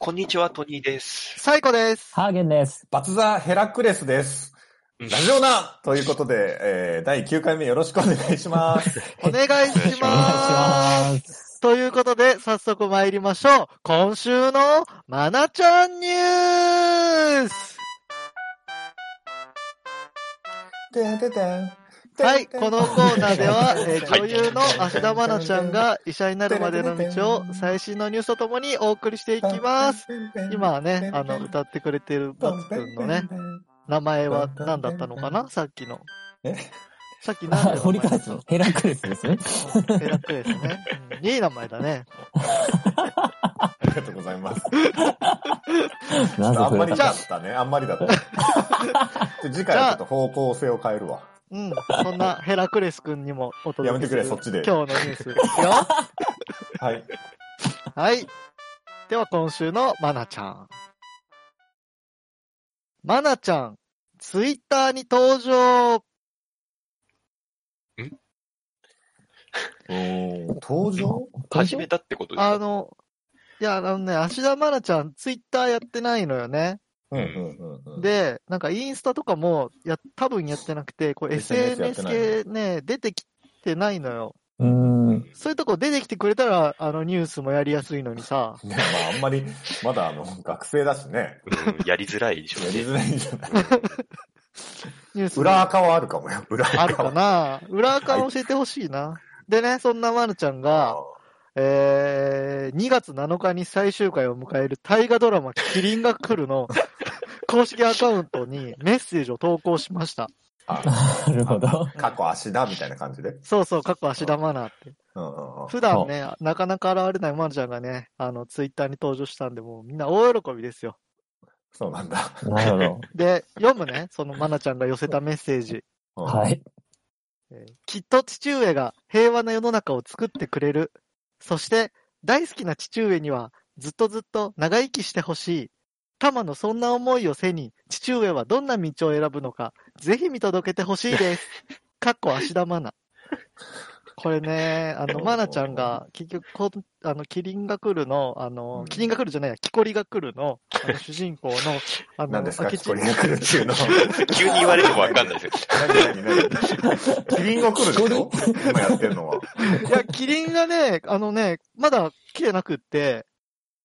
こんにちは、トニーです。最高です。ハーゲンです。バツザ・ヘラクレスです。うんラジオナということで、えー、第9回目よろしくお願いします。お願いしお願まいします。す。ということで、早速参りましょう。今週の、まなちゃんニュースてんてんてんはい、このコーナーで は、えーはい女優の芦田愛菜ちゃんが医者になるまでの道を最新のニュースとともにお送りしていきます。。今はね、あの、歌ってくれてるバツくんのね、。名前は何だったのかなさっきの。えさっき何あだ 掘り返すのヘラクレスですね。ヘラクレスね。うんいい名前だね。ありがとうございまなす。ぜあん触まれりただったね。あんまりだった。で次回はちょっと方向性を変えるわ。うん。そんなヘラクレスくんにもおや届けめてすくるれ、そっちで。今日のニュー スですよ。はい。はい。では今週のまなちゃん。まなちゃん、ツイッターに登場。登場始めたってことですあかの、いや、あのね、芦田愛菜ちゃん、ツイッターやってないのよね。うんうんうんうん。、で、なんかインスタとかも、や、多分やってなくて、これ SNS やっ SNS てないね系ね、出てきてないのよ。うーん。そういうとこ出てきてくれたら、あのニュースもやりやすいのにさ。ねまああんまり、まだあの、学生だしね。うんやりづらいでしょうやりね。づらいんじゃないニュースも裏垢はあるかもよ。裏垢はあるかな 裏垢を教えてほしいな。でね、そんなまるちゃんが、えー、2月7日に最終回を迎える大河ドラマ、キリンが来るの 公式アカウントにメッセージを投稿しました。あなるほど。過去足だみたいな感じで。そうそう、過去足田愛菜って。うんうんうん。普段ね、なかなか現れないまるちゃんがね、あの、ツイッターに登場したんで、もうみんな大喜びですよ。そうなんだ。なるほど。で、読むね、そのまなちゃんが寄せたメッセージ。うんはい。えーきっと父上が平和な世の中を作ってくれる。そして、大好きな父上にはずっとずっと長生きしてほしい。タマのそんな思いを背に、父上はどんな道を選ぶのか、ぜひ見届けてほしい です。かっこ芦田愛菜。これね、あの、愛菜ちゃんが、結局こ、あの、キリンが来るの、あうのん、キリンが来るじゃないや、キコリが来るの、あ の主人公の、あの、何ですか明智キコリが来るっていうの。 急に言われてもわかんないですよ。、何何何キリンが来るでしょ今やってんのは。いや、キリンがね、あのね、まだ来てなくって、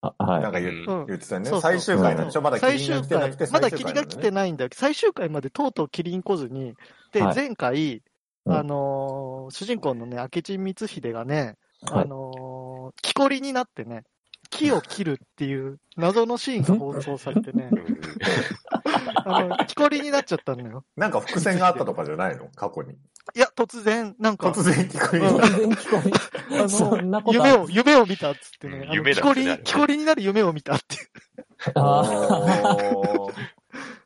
あなんはかい。言ううん言ってたよねそうそう。最終回なんでしょまだキ最リンが終来てな回くて、、まだキリンが来てなないんだよ。最終回までとうとうキリン来ずに、で、はい前回、うんあのー主人公のね、明智光秀がね、はいあのー木こりになってね、木を切るっていう謎のシーンが放送されてねうんあの、木こりになっちゃったのよ。なんか伏線があったとかじゃないの過去に。いや、突然、なんか突、然キコリうんが。全然聞こ あえ。そんなの、こと夢あるを、夢を見たっつってうねん、あの夢木だこってなり、る木こりになる夢を見たっていう。 あおー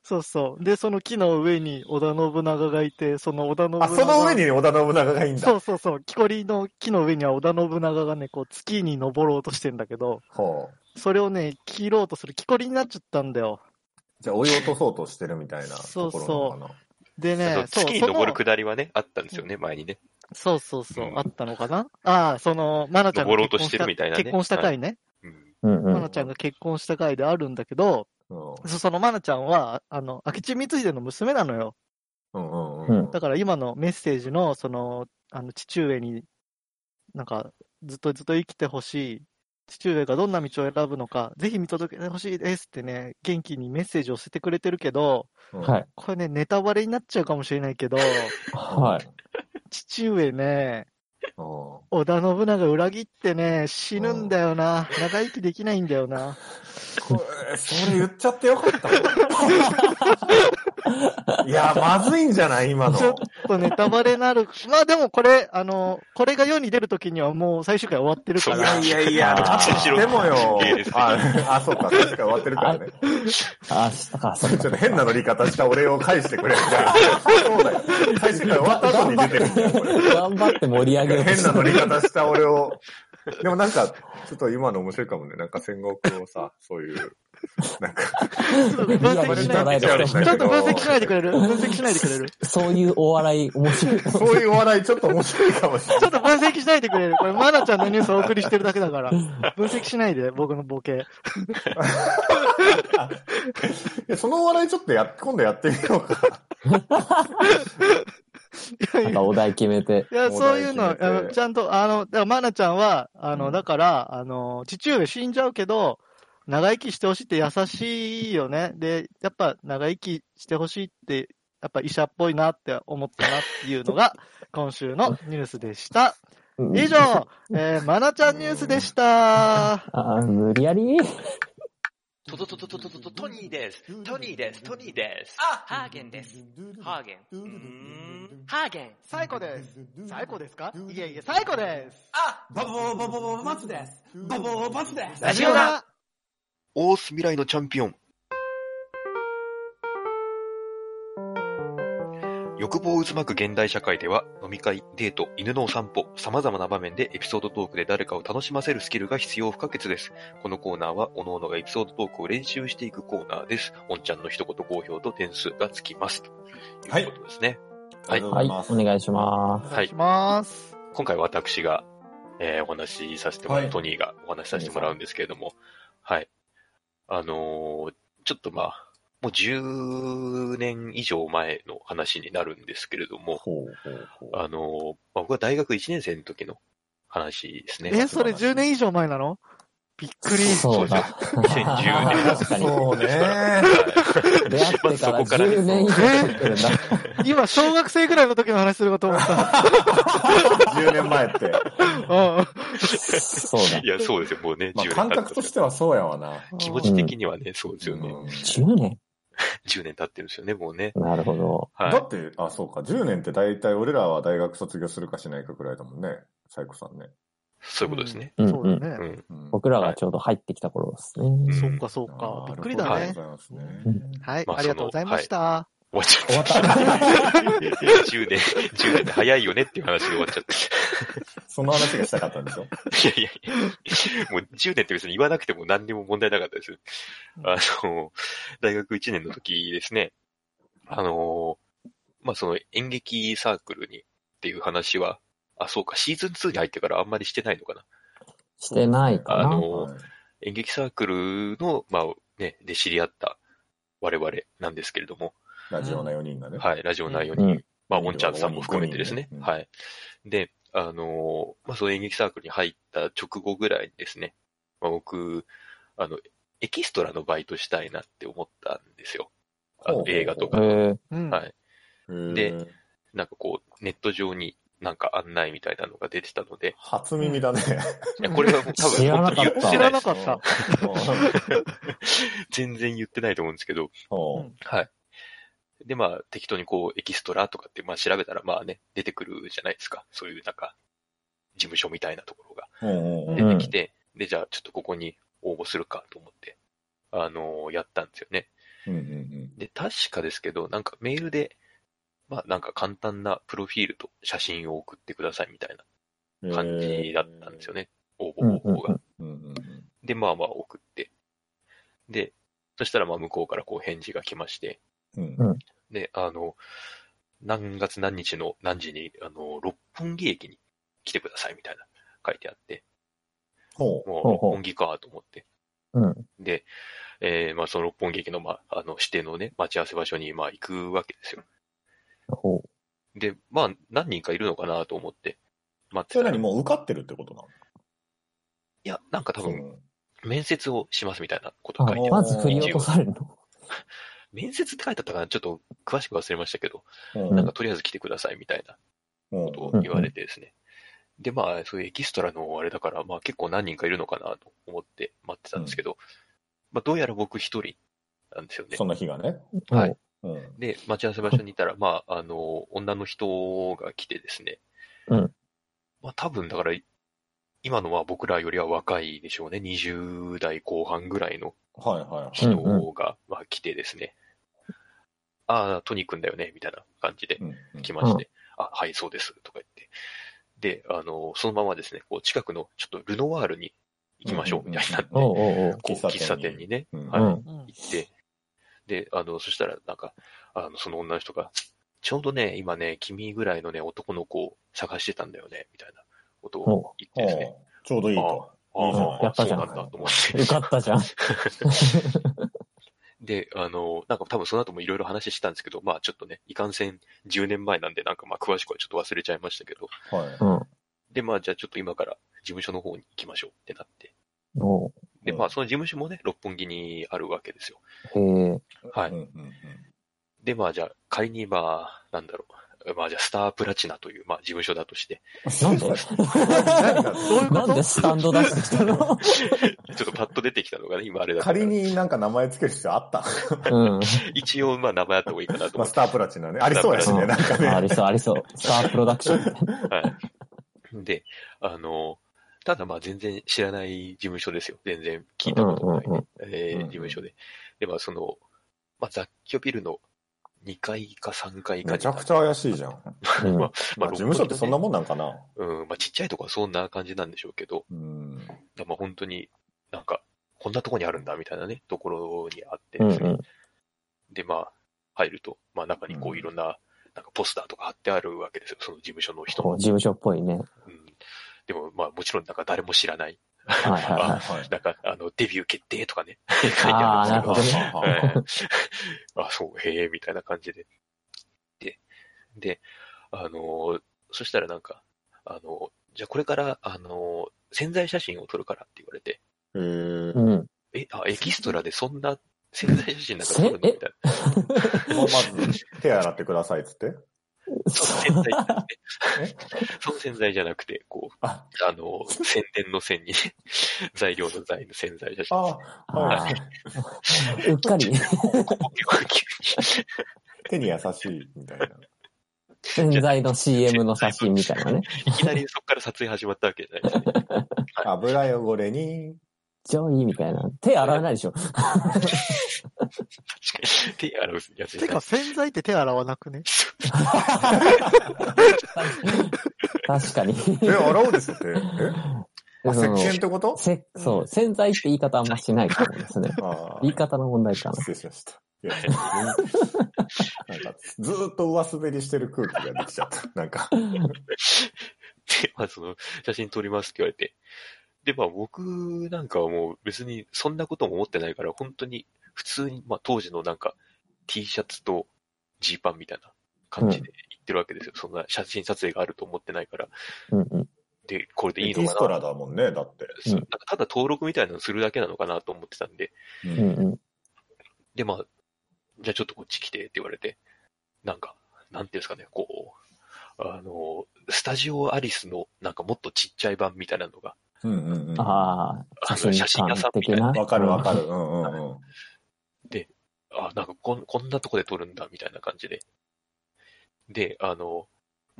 そうそう。で、その木の上に織田信長がいて、その織田信長。あ、その上に織田信長がいいんそだ。うそうそう。木こりの木の上には織田信長がね、こう、月に登ろうとしてんだけど、ほう。それをね、切ろうとする木こりになっちゃったんだよ。じゃあ追い落とそうとしてるみたいなところなのかでそうね、そう、月にその登るくだりはね、あったんですよね、前にね。そうそうそうう、んあったのかなああ、その、まなちゃんが登ろうと結婚してるみたいなね結婚した回ね。うんうんうまんな。ちゃんが結婚した回であるんだけど、な。そそのまなちゃんは、あの、明智光秀の娘なのよ。うんうんうんうん。だから今のメッセージの、その、あの、父上に、なんか、ずっとずっと生きてほしい。父上がどんな道を選ぶのか、ぜひ見届けてほしいですってね、元気にメッセージを寄せてくれてるけど、うんはい。これね、ネタバレになっちゃうかもしれないけ ど、はい。父上ね、うん織田信長裏切ってね、死ぬんだよな。長生きできないんだよな。これそれ言っちゃってよかった。いや、まずいんじゃない今の。ちょっとネタバレなる。まあでもこれ、あの、これが世に出るときにはもう最終回終わってるかいらや。いやいや、だってでもよいいです。ねあ、あそうか、確かに終わってるからね。あ、したか、そちうょっか。と変な乗り方した俺を返してくれ。じゃあそうだよ。最終回終わった後に出てるんだよ、これ。頑張って盛り上げようと変しなた乗り方した俺をでもなんか、ちょっと今の面白いかもね。なんか戦国をさ、そういう、なんか、ちょっと分析しないいやで。ちょっと分析しないでくれ。れる分析しないでくれるそういうお笑い面白い。そういうお笑いちょっと面白いかもしれちょなっと分析しないでくれるこれ、マナちゃんのニュースをお送りしてるだけだ から。分析しないで、僕のボケ。いいや。そのお笑いちょっとや、今度やってみようか。いなんかお題決めて。や、そういうのお題決めてあのちゃんと、あの、だからマナちゃんは、あの、うんだから、あの、父上死んじゃうけど、長生きしてほしいって優しいよね。で、やっぱ長生きしてほしいって、やっぱ医者っぽいなって思ったなっていうの が、今週のニュースでした。うん以上、えー、マナちゃんニュースでした。あー無理やりトトトトトトトトトニーです。トニーです。トニーです。あ、ハーゲンです。。ハーゲン。うーんハーゲン。最高です。最高ですかいえいえ、最高です。あ、バボーバボーバボバツです。バボーバツです。ラジオだオース未来のチャンピオン。欲望を渦巻く現代社会では、飲み会、デート、犬のお散歩、様々な場面でエピソードトークで誰かを楽しませるスキルが必要不可欠です。このコーナーは、各々がエピソードトークを練習していくコーナーです。おんちゃんの一言好評と点数がつきます。ということですね。はい。おはい、お願いしまお願いします。今回私が、えーお話しさせてもらう、はいトニーがお話しさせてもらうんですけれども、はい。あのーちょっとまあ、もう10年以上前の話になるんですけれども、ほうほうほうあのーまあ、僕は大学1年生の時の話ですね。え、それ10年以上前なのびっくり。そうだ。 2010確かにそうね。出会ってから10年以上経ってるんだ。今、小学生ぐらいの時の話するかと思った。 10年前って。うん。そうだ。いや、そうですよ、もうね、まあ、 10感年経って覚るとしてはそうやわな。気持ち的にはね、そうですよね。うん10年10年経ってるんですよね、もうね。なるほど。はい。だって、あ、そうか、10年って大体俺らは大学卒業するかしないかくらいだもんね、サイコさんね。そういうことですね。うんそううん。だうね。ん。うん僕らがちょうど入ってきた頃ですね。そうんっか、そっか。びっくりだありねがと。うございますねはい、まあありがとうございました。終わっちゃった。終わ 10年、10年で早いよねっていう話で終わっちゃった。その話がしたかったんでしょいやいやいや、もう10年って別に言わなくても何にも問題なかったです。あの、大学1年の時ですね、あの、まあ、その演劇サークルにっていう話は、あ、そうか、シーズン2に入ってからあんまりしてないのかな。してないかあな。の、演劇サークルの、まあ、ね、で知り合った我々なんですけれども、ラジオな4人がね。はい、ラジオ内容にうん。まあ、うんおんちゃんさんも含めてですねう。んはい。で、あのーまあ、その演劇サークルに入った直後ぐらいにですね、まあ、僕、あの、エキストラのバイトしたいなって思ったんですよ。あほうほのうほう映画とえか。ー、うん。はい。へーで、なんかこう、ネット上になんか案内みたいなのが出てた ので、初耳だね。いや、これはもう多分知らなかった本当に言っ知てないでらなす。かった。全然言ってないと思うんですけど、おうんうはい。で、まあ、適当にこう、エキストラとかって、まあ、調べたら、まあね、出てくるじゃないですか。そういう、なんか、事務所みたいなところが。うんうん出てきて、で、じゃあちょっとここに応募するかと思って、あのーやったんですよね。うんうんで、確かですけど、なんかメールで、まあなんか簡単なプロフィールと写真を送ってくださいみたいうんな感じだったんですよね。ね。応募方法うんうんうがん。うんうんうんで、まあまあ送って。で、そしたらまあ向こうからこう返事が来まして、うんで、あの、何月何日の何時に、あの、六本木駅に来てくださいみたいな書いてあって、ほう。もうほう六ほう本木かと思って。うん。で、えーまあ、その六本木駅の、まあ、あの、指定のね、待ち合わせ場所に、まあ、行くわけですよ。ほう。で、まあ、何人かいるのかなと思って、待ってそたれらなにもう受かってるってことなのいや、なんか多分、そ面接をしますみたいなことあ書いてある。まず振り落とされるの。面接って書いてあったかなちょっと詳しく忘れましたけど、のなんかとりあえず来てくださいみたいなうんことを言われてですね。で、まあ、そういうエキストラのあれだから、まあ結構何人かいるのかなと思って待ってたんですけど、まあどうやら僕一人なんですよねそ。の日がね。はいほうんで、待ち合わせ場所にいたら、まあ、あの、女の人が来てですね。うん。まあ、多分、だから、今のは僕らよりは若いでしょうね。20代後半ぐらいのはいはい人が、うんまあ、来てですね。ああ、トニー君だよね、みたいな感じでうんうん。来まして。あ、はい、そうです、とか言って。で、あの、そのままですね、こう近くのちょっとルノワールに行きましょう、みたいになって、おこうおうおうう喫茶店に喫茶店にね、うんはいうんうん行って、で、あの、そしたら、なんか、あの、その女の人が、ちょうどね、今ね、君ぐらいのね、男の子を探してたんだよね、みたいなことを言ってですね。ほうちょうどいいと。あああ、あやったそうじゃんなんだと思っよかて。ったじゃん。で、あの、なんか多分その後もいろいろ話したんですけど、まあちょっとね、いかんせん10年前なんで、なんかまあ詳しくはちょっと忘れちゃいましたけど、はい。うん。で、まあじゃあちょっと今から事務所の方に行きましょうってなって。おうで、うんまあその事務所もね、六本木にあるわけですよ。へえ。はいうんうんうんで、まあじゃあ仮にまあ、なんだろう。まあじゃあスタープラチナという、まあ事務所だとして、なん で何がどういうこなんとでスタンド出してきたちょのっとパッと出てきたのがね、今あれだから仮になんか名前つける必要あ った。うん。一応まあ名前あった方がいいかなと思まあ、っスて。タープラチナね。ありそうやしね、なんかああね。りそう、ありそう。スタープロダクション。はい。で、あの、ただまあ全然知らない事務所ですよ。全然聞いたこともない、うんうんうねえーうんうん事務所で。で、まあその、まあ雑居ビルの2階か3階かめにちゃくちゃ怪しいじゃん。うんままあ、事務所ってそんなももんなんかな。ん、うん、まあちっちゃいとこはそんな感じなんでしょうけど、うん。だまあ本当になんか、こんなとこにあるんだみたいなね、ところにあってうでんすねうん。で、まあ、入ると、まあ中にこううんいろんな、なんかポスターとか貼ってあるわけですよ、その事務所の人このう事。務所っぽいね。うん、でもまあもちろんなんか誰も知らない、はいはいはい。はい。なんかあのデビュー決定とかね、 書いてあるんですけどあーなるほどねはいはい あ、そう、へえ、みたいな感じで。で、で、あのーそしたらなんか、あのーじゃあこれから、あのー潜在写真を撮るからって言われて、えーう、ん。え、あ、エキストラでそんな潜在写真なんか撮るのみせえたいな。まあまず、手洗ってくださいっつって。 その潜在じゃなくてえその潜在じゃなくて、こう、ああのー宣伝の線にね、 材料の材の潜在写真。ああ、あはあい。。 うっかり。手に優しい、みたいな。洗剤の CM の写真みたいなね。いきなりそこから撮影始まったわけじゃないですね。油汚れに、ジョイみたいな。手洗えないでしょ。確かに。手洗うやつじゃてないか、洗剤って手洗わなくね確かに。え、 洗うでしょって。えあ、石その鹸ってことせそう、洗剤って言い方あんましないと思いますね。ああ言い方の問題かな。失礼しました。いや、なんか、ずーっと上滑りしてる空気ができちゃった。なんか、で、まあその、写真撮りますって言われて。で、まあ僕なんかはもう別にそんなことも思ってないから、本当に普通に、まあ当時のなんか T シャツとジーパンみたいな感じで行ってるわけですよ。そんな写真撮影があると思ってないから。うんうん。で、これでいエいのキかストな。ラだもんね、だって。そうなんかただ登録みたいなのするだけなのかなと思ってたんで。ううんうん。で、まあ、じゃあちょっとこっち来てって言われて、なんか、なんていうんですかね、こう、あの、スタジオアリスのなんかもっとちっちゃい版みたいなのが、うんうんうん。わあああ、の写真館的な。かるわかる。うんうんうん。あ、なんかこんこんなとこで撮るんだみたいな感じで。で、あの、も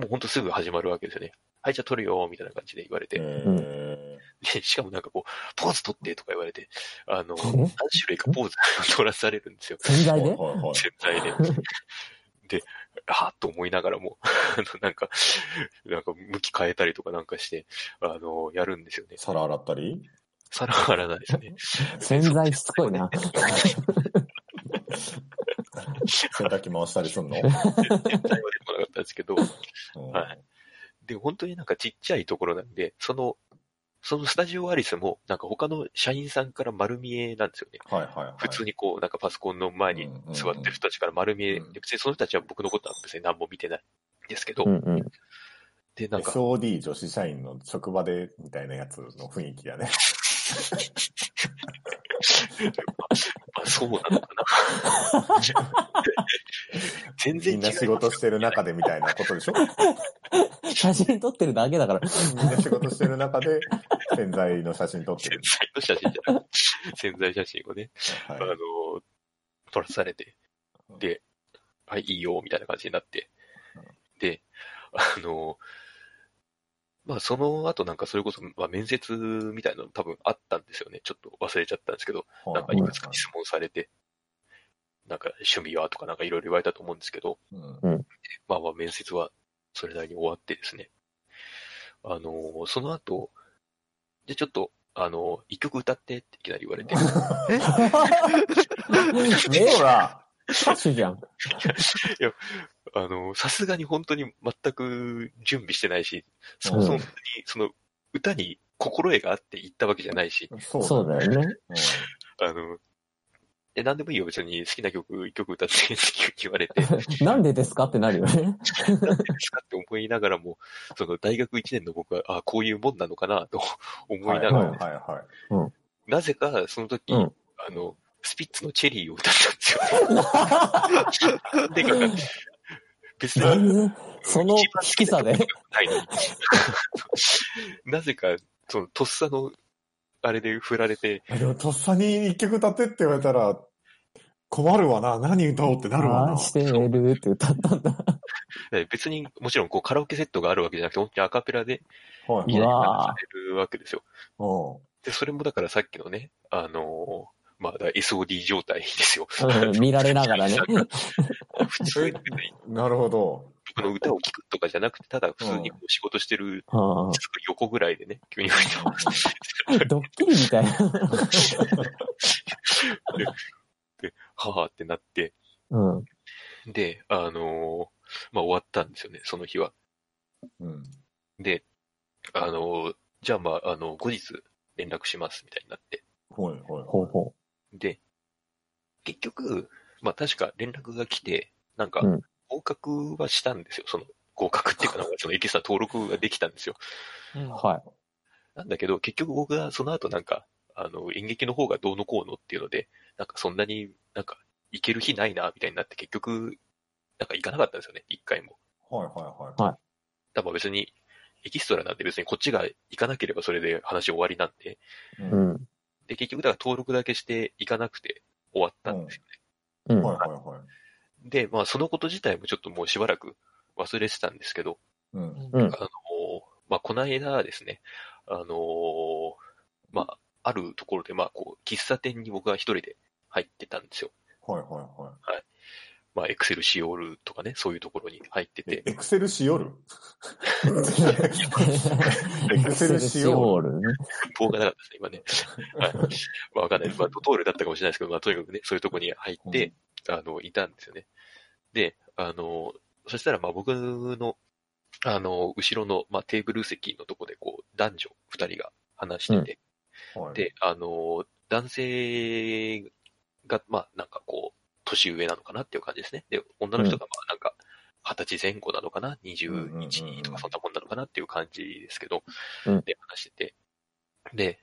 うほんとすぐ始まるわけですよね。はい、じゃあ撮るよ、みたいな感じで言われて。えで、しかもなんかこう、ポーズ撮ってとか言われて、あの、何え種類かポーズ 撮らされるんですよ。洗ー。は剤いはいではい。潜在で。で、あーっと思いながらも、あの、なんか、なんか向き変えたりとかなんかして、あの、やるんですよね。皿洗ったり皿洗わないですね。洗剤しつこいな。洗濯機回したりすんの、絶対は出てこなかったんですけど、うんはで、本当になんかちっちゃいところなんで、その、そのスタジオアリスも、なんか他の社員さんから丸見えなんですよね。はいはいはい。普通にこう、なんかパソコンの前に座ってる人たちから丸見え、うんうんで別にその人たちは僕のことは別に何も見てないんですけど、うんうん。で、なんか、 SOD 女子社員の職場でみたいなやつの雰囲気やね。あ、そうなのか な。全然違みうんな仕事してる中でみたいなことでしょ写真撮ってるだけだから。みんな仕事してる中で洗剤の写真撮って潜 る。在の写真じゃなくて、潜在写真をね、はいあの、撮らされて、で、はい、いいよ、みたいな感じになってうん。で、あの、まあ、その後なんかそれこそ、まあ、面接みたいなの多分あったんですよね。ちょっと忘れちゃったんですけど、なんかいくつか質問されて、なんか趣味はとかなんかいろいろ言われたと思うんですけど、うんまあまあ面接はそれなりに終わってですね。あのーその後、じゃあちょっと、あのー一曲歌ってっていきなり言われて、ねえわ。歌手じゃん。あのーさすがに本当に全く準備してないし、そもそも本当に、その、歌に心得があって行ったわけじゃないし、そうだそうだよね。うんあの、え、なんでもいいよ、別に好きな曲、一曲歌ってって言われて、なんでですかってなるよね。ですかって思いながらも、その大学1年の僕は、あこういうもんなのかなと思いはいないはがら、はいはなぜかその時、うんあの、スピッツのチェリーを歌った んですよ。てか、別全に然、その一番好き低なさ曲で。ないのに。 なぜか、その、とっさの、あれで振られて、い。でも、とっさに一曲歌ってって言われたら、困るわな。何歌おうってなるわあなー。して寝るって歌ったんだ。え別に、もちろんこうカラオケセットがあるわけじゃなくて、本当にアカペラではきいなうりわはい。話されるわけですよ。うんで、それもだからさっきのね、あのーまあ、だから SOD 状態ですよ。うん見られなが らね。普通になるほど。僕の歌を聴くとかじゃなくて、ただ普通にこう仕事してる、うんすぐ横ぐらいでね、急に吹いてます。ドッキリみたいな。はあってなって、うん。で、あのーまあ、終わったんですよね、その日は。うん。で、あのーじゃあまあ、あの後日連絡します、みたいになって。はいはい。ほうほで、結局、まあ確か連絡が来て、なんかうん、合格はしたんですよ。その、合格っていうか、なんかそのエキスタ登録ができたんですよ。う。はなんだけど、結局僕がその後なんか、あの、演劇の方がどうのこうのっていうので、なんかそんなになんか、行ける日ないな、みたいになって結局、なんか行かなかったんですよね、一回も。はいはだから別に、エキストラなんで別にこっちが行かなければそれで話終わりなんで、いはい。い。ううんん。で、結局だから登録だけして行かなくて終わったんですよね。うん。 はいはいはい。で、まあそのこと自体もちょっともうしばらく忘れてたんですけど、うん。うんあのーまあ、この間ですね、あのーまあ、あるところで、まあ、こう、喫茶店に僕が一人で入ってたんですよ。はいはいはまあ、エクセルシオールとかね、そういうところに入ってい。えて、エクセルしよるエエクセルしよールね。棒がなかったですね、今ね。はい。まあ、わかんない。まあ、ドトールだったかもしれないですけど、まあ、とにかくね、そういうところに入って、あの、いたんですよね。で、あのーそしたら、まあ、僕の、あのー後ろの、まあ、テーブル席のとこで、こう、男女二人が話してて、うんる。はい、で、あの、男性が、まあ、なんかこう、年上なのかなっていう感じですね。で、女の人が、まあ、なんか、二十歳前後なのかな、うんうんうん21とかそんなもんなのかなっていう感じですけど、うんで、話してて。で、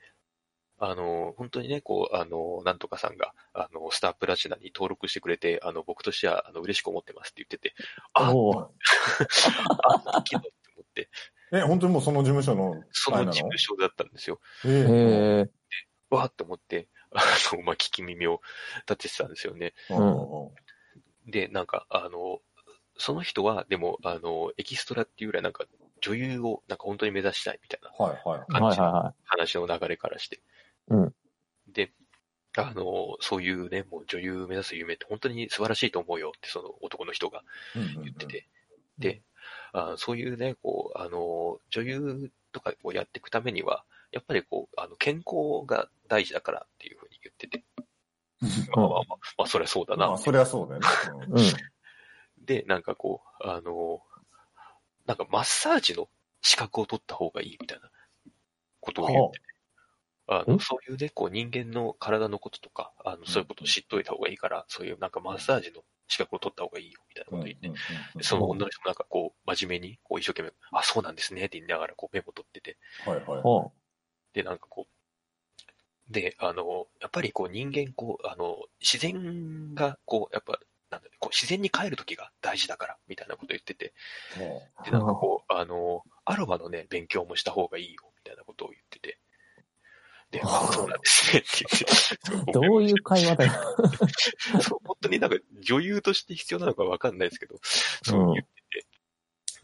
あの、本当にね、こう、あの、なんとかさんが、あの、スタープラチナに登録してくれて、あの、僕としては、あの、嬉しく思ってますって言ってて、あ、おお。あ、昨日って思って、え、本当にもうその事務所のそあれのな事務所だったんですよ。へええ。わーって思って、あの、まあ、聞き耳を立ててたんですよね。えうんで、なんか、あの、その人は、でも、あの、エキストラっていうよりは、なんか、女優を、なんか本当に目指したいみたいなはいははいはいは話の流れからして。うんで、あの、そういうね、もう女優目指す夢って本当に素晴らしいと思うよって、その男の人がい。うんうんう言んってて。で、あそういうね、こう、あの、女優とかをやっていくためには、やっぱりこう、あの、健康が大事だからっていうふうに言ってて。まあまあまあ、まあ、そりゃそうだな。まあ、そりゃそうだよね。い。うん。で、なんかこう、あの、なんかマッサージの資格を取った方がいいみたいなことを言って、あのんそういうね、こう人間の体のこととか、あのそういうことを知っといた方がいいから、そういうなんかマッサージの資格を取った方がいいよみたいなうこんとうんを言っうんて、うんその女の人もなんかこう、真面目に、こう一生懸命、あ、そうなんですねって言いながらこうメモ取ってて、はいはい。おうで、なんかこう、で、あの、やっぱりこう人間、こう、あの、自然が、こう、やっぱ、なんだろうこう自然に帰るときが大事だから、みたいなこと言ってて、で、なんかこう、あの、アロマのね、勉強もした方がいいよ、みたいなことを言ってて。で、ああそうなんですね、って言って。どういう会話だよ。そう本当になんか女優として必要なのかわかんないですけど、そう言って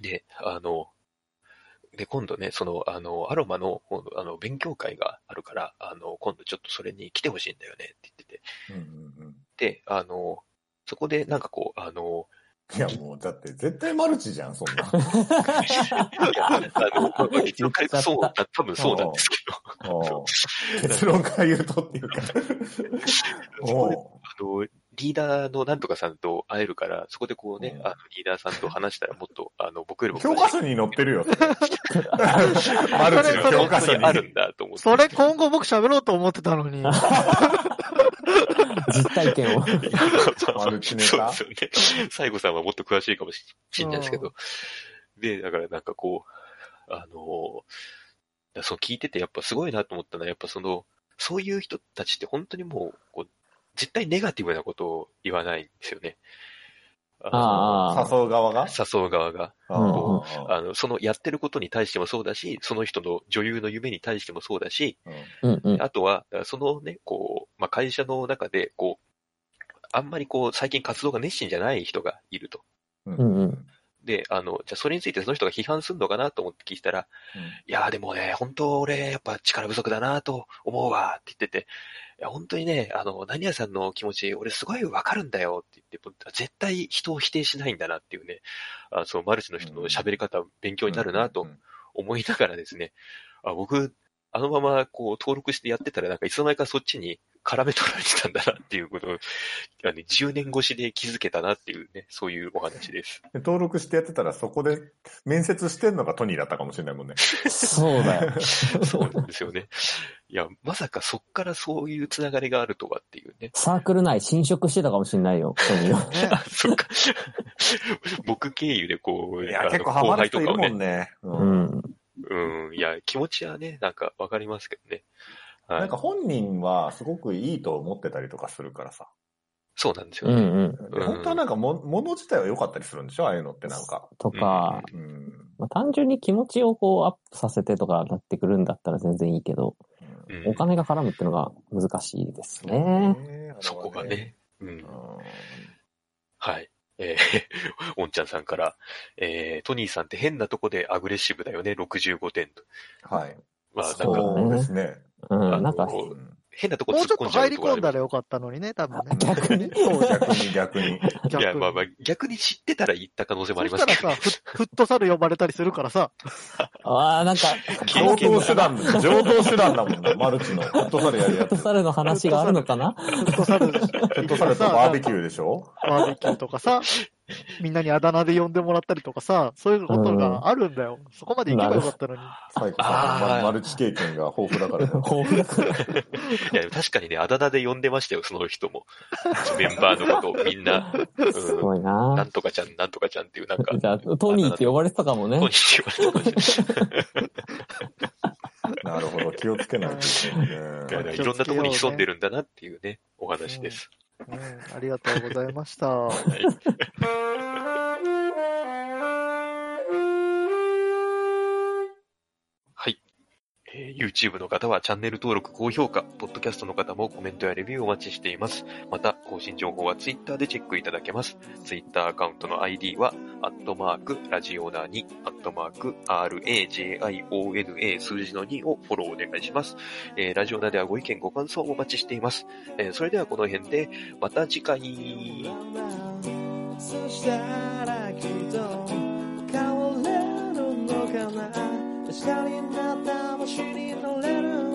て。で、あの、で、今度ね、その、あの、アロマの、今度あの、勉強会があるから、あの、今度ちょっとそれに来てほしいんだよね、って言ってて。うんうんうん で、あの、そこでなんかこう、あの、いや、もう、だって、絶対マルチじゃん、そんな。あの結論からそうだ、多分そうなんですけど。うん結論から言うとっていうか。もあの、リーダーのなんとかさんと会えるから、そこでこうね、うんあのリーダーさんと話したらもっと、あの、僕よりう、も教科書に載ってるよ。マルチ本の教科当書にに。あるんだと思って。それ今後僕喋ろうと思ってたのに。 実体験を。マルチネそうタですよね。西郷さんはもっと詳しいかもしれないですけど。で、だからなんかこう、あの、だそう聞いててやっぱすごいなと思ったのは、やっぱその、そういう人たちって本当にもう、こう、絶対ネガティブなことを言わないんですよね。のああ。誘う側が誘う側が。んうんあの、そのやってることに対してもそうだし、その人の女優の夢に対してもそうだし、うんうん。あとは、だからそのね、こう、まあ、会社の中で、こう、あんまりこう、最近活動が熱心じゃない人がいると。うんうん。で、あの、じゃあそれについてその人が批判するのかなと思って聞いたら、いやーでもね、本当俺、やっぱ力不足だなと思うわって言ってて、いや、本当にね、あの、何屋さんの気持ち、俺すごいわかるんだよって言って、絶対人を否定しないんだなっていうね、あそのマルチの人の喋り方、勉強になるなと。思いながらですね、あ僕、あのままこう登録してやってたら、なんかいつの間にかそっちに絡め取られてたんだなっていうことを、あの10年越しで気づけたなっていうね、そういうお話です。で登録してやってたら、そこで面接してんのがトニーだったかもしれないもんね。そうだよ。そうなんですよね。いや、まさかそっからそういうつながりがあるとはっていうね。サークル内侵食してたかもしれないよ。トミーはねあ、そっか。 僕経由でこう、いやあ、の結構ハマる人いるをもねん、ね。ううんん。うん、いや、気持ちはね、なんかわかりますけどね。はなんいか。本人はすごくいいと思ってたりとかするからさ。そうなんですうよんね。うん。で本当はなんかも、もの自体は良かったりするんでしょああいうのってなんか。とか、うん。まあ、単純に気持ちをこうアップさせてとかなってくるんだったら全然いいけど、うんお金が絡むってのが難しいですうんね。ねそこがね。。うんあれ。はねはい。えー、お んちゃんさんから、えー、トニーさんって変なとこでアグレッシブだよね、65点と。うんはい。まあ、なんか、そうですね。うん。なんかあ、のうん変なとこもう突っちょっと込んじゃう入とりころあ込るんだらよかったのにね、多分ね。逆にそうじゃん逆に逆に。いや、逆にまあまあ、逆に知ってたら言った可能性もあそりましすたけらど、 さ、ね。フフットサル呼ばれたりするからさ、ああ、なんか、 経上験等だ手段、上等手段だもんな、マルチの。フットサルやるや フットつ。サルの話があるのか なフットサル行ったらさ、フットサルとバーベキューでしょバーベキューとかさ、みんなにあだ名で呼んでもらったりとかさ、そういうことがあるんだよ。そこまで行けばよかったのに。最後さあーん、マルチ経験が豊富だから ね。豊富だからいや、確かにね、あだ名で呼んでましたよ、その人も。メンバーのことをみんな、すうごいん、ななんとかちゃん、なんとかちゃんっていう、なんか、じゃあ、トニーって呼ばれてたかトもニーっね。て言われてましたなるほど、気をつけないとですね。いやいろんなところに潜んでるんだなっていうね、お話です。うん、ありがとうございました。はい。はい。えー YouTube の方はチャンネル登録、高評価、Podcast の方もコメントやレビューをお待ちしています。また、更新情報は Twitter でチェックいただけます。Twitter アカウントの ID は、アットマーク、ラジオナ2、アットマーク、RAJIONA 数字の2をフォローお願いします。えーラジオナではご意見、ご感想をお待ちしています。えーそれではこの辺で、また次回。そしたらきっと変われるのかな確かになった星に乗れる